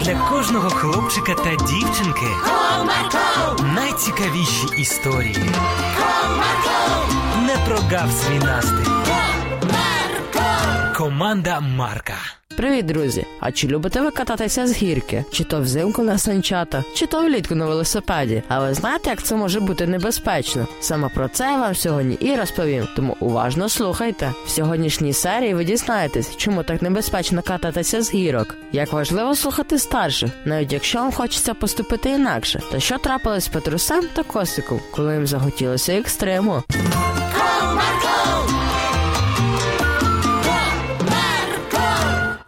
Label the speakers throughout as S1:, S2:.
S1: для кожного хлопчика та дівчинки
S2: Marco,
S1: найцікавіші історії.
S2: con Marco,
S1: Не прогав свій настрій.
S2: con Marco.
S1: Команда Марка.
S3: Привіт, друзі! А чи любите ви кататися з гірки? Чи то взимку на санчата, чи то влітку на велосипеді? А ви знаєте, як це може бути небезпечно? Саме про це я вам сьогодні і розповім. Тому уважно слухайте. В сьогоднішній серії ви дізнаєтесь, чому так небезпечно кататися з гірок. Як важливо слухати старших, навіть якщо вам хочеться поступити інакше, та що трапилось з Петрусем та Косиком, коли їм захотілося екстриму.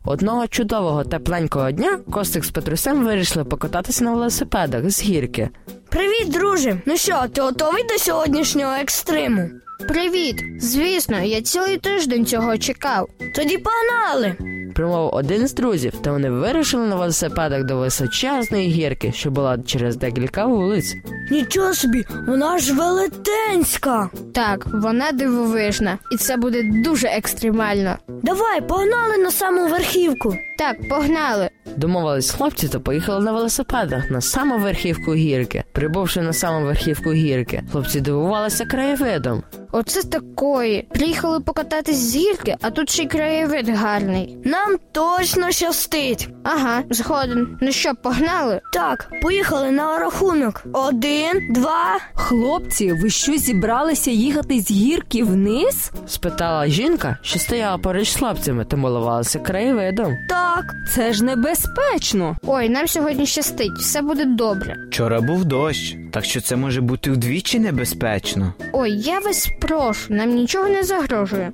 S3: Одного чудового тепленького дня Костик з Петрусем вирішили покататися на велосипедах з гірки.
S4: Привіт, друже. Ну що, ти готовий до сьогоднішнього екстриму?
S5: Привіт! Звісно, я цілий тиждень цього чекав.
S4: Тоді погнали.
S3: Примов один з друзів, та вони вирішили на велосипедах до височезної гірки, що була через декілька вулиць.
S4: Нічого собі, вона ж велетенська.
S5: Так, вона дивовижна, і це буде дуже екстремально.
S4: Давай, погнали на саму верхівку.
S5: Так, погнали.
S3: Домовились хлопці та поїхали на велосипедах на саму верхівку гірки. Прибувши на саму верхівку гірки, хлопці дивувалися краєвидом.
S5: Оце з такої. Приїхали покататись з гірки, а тут ще й краєвид гарний.
S4: Нам точно щастить.
S5: Ага, згоден. Ну що, погнали?
S4: Так, поїхали на рахунок. Один, два.
S6: Хлопці, ви що зібралися їхати з гірки вниз?
S3: Спитала жінка, що стояла поруч з хлопцями та милувалася краєвидом.
S4: Так.
S6: Це ж небезпечно.
S5: Ой, нам сьогодні щастить, все буде добре.
S7: Вчора був дощ, так що це може бути вдвічі небезпечно.
S5: Ой, я вас прошу, нам нічого не загрожує.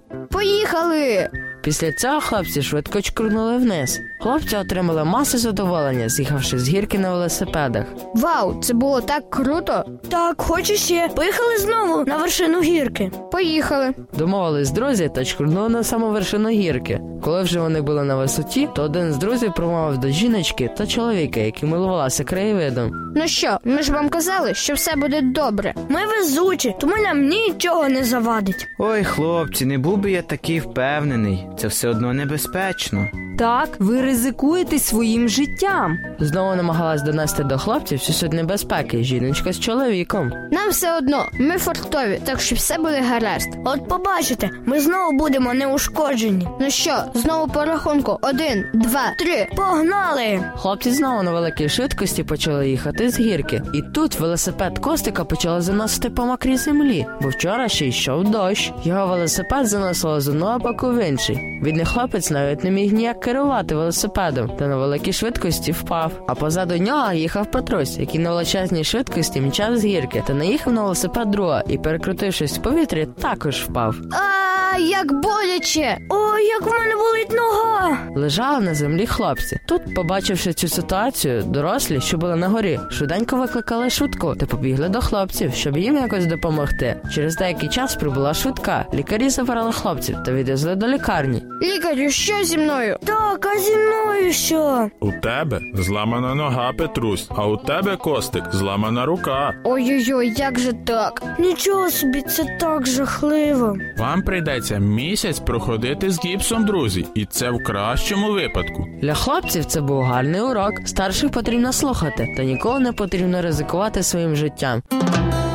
S5: Поїхали!
S3: Після цього хлопці швидко чкурнули вниз. Хлопці отримали масу задоволення, з'їхавши з гірки на велосипедах.
S5: Вау, це було так круто!
S4: Так, хочу ще. Поїхали знову на вершину гірки.
S5: Поїхали!
S3: Домовились друзі та чкурнули на саму вершину гірки. Коли вже вони були на висоті, то один з друзів промовив до жіночки та чоловіка, який милувалася краєвидом.
S5: Ну що, ми ж вам казали, що все буде добре.
S4: Ми везучі, тому нам нічого не завадить.
S7: Ой, хлопці, не був би я такий впевнений, це все одно небезпечно.
S6: Так, ви ризикуєте своїм життям.
S3: Знову намагалась донести до хлопців всю суть небезпеки жіночка з чоловіком.
S5: Нам все одно, ми фортові, так що все буде гаразд.
S4: От побачите, ми знову будемо неушкоджені.
S5: Ну що, знову по рахунку: один, два, три.
S4: Погнали!
S3: Хлопці знову на великій швидкості почали їхати з гірки. І тут велосипед Костика почало заносити по мокрій землі, бо вчора ще йшов дощ. Його велосипед заносило з одного боку в інший. Бідний хлопець навіть не міг ніяк керувати велосипедом та на великій швидкості впав. А позаду нього їхав Петрусь, який на величезній швидкості мчав з гірки та наїхав на велосипед друга і, перекрутившись в повітрі, також впав.
S5: А як боляче!
S4: Ой, як в мене болить нога!
S3: лежали на землі хлопці. Тут, побачивши цю ситуацію, дорослі, що були на горі, швиденько викликали швидку та побігли до хлопців, щоб їм якось допомогти. Через деякий час прибула швидка. Лікарі забрали хлопців та відвезли до лікарні.
S5: Лікарю, що зі мною?
S4: Так, а зі мною що?
S8: У тебе зламана нога, Петрусь, а у тебе костик зламана рука.
S5: Ой-ой-ой, як же так?
S4: Нічого собі, це так жахливо.
S8: Вам прийдеться місяць проходити з гіпсом, друзі, і це в кращому випадку.
S3: Для хлопців це був гарний урок. Старших потрібно слухати та ніколи не потрібно ризикувати своїм життям.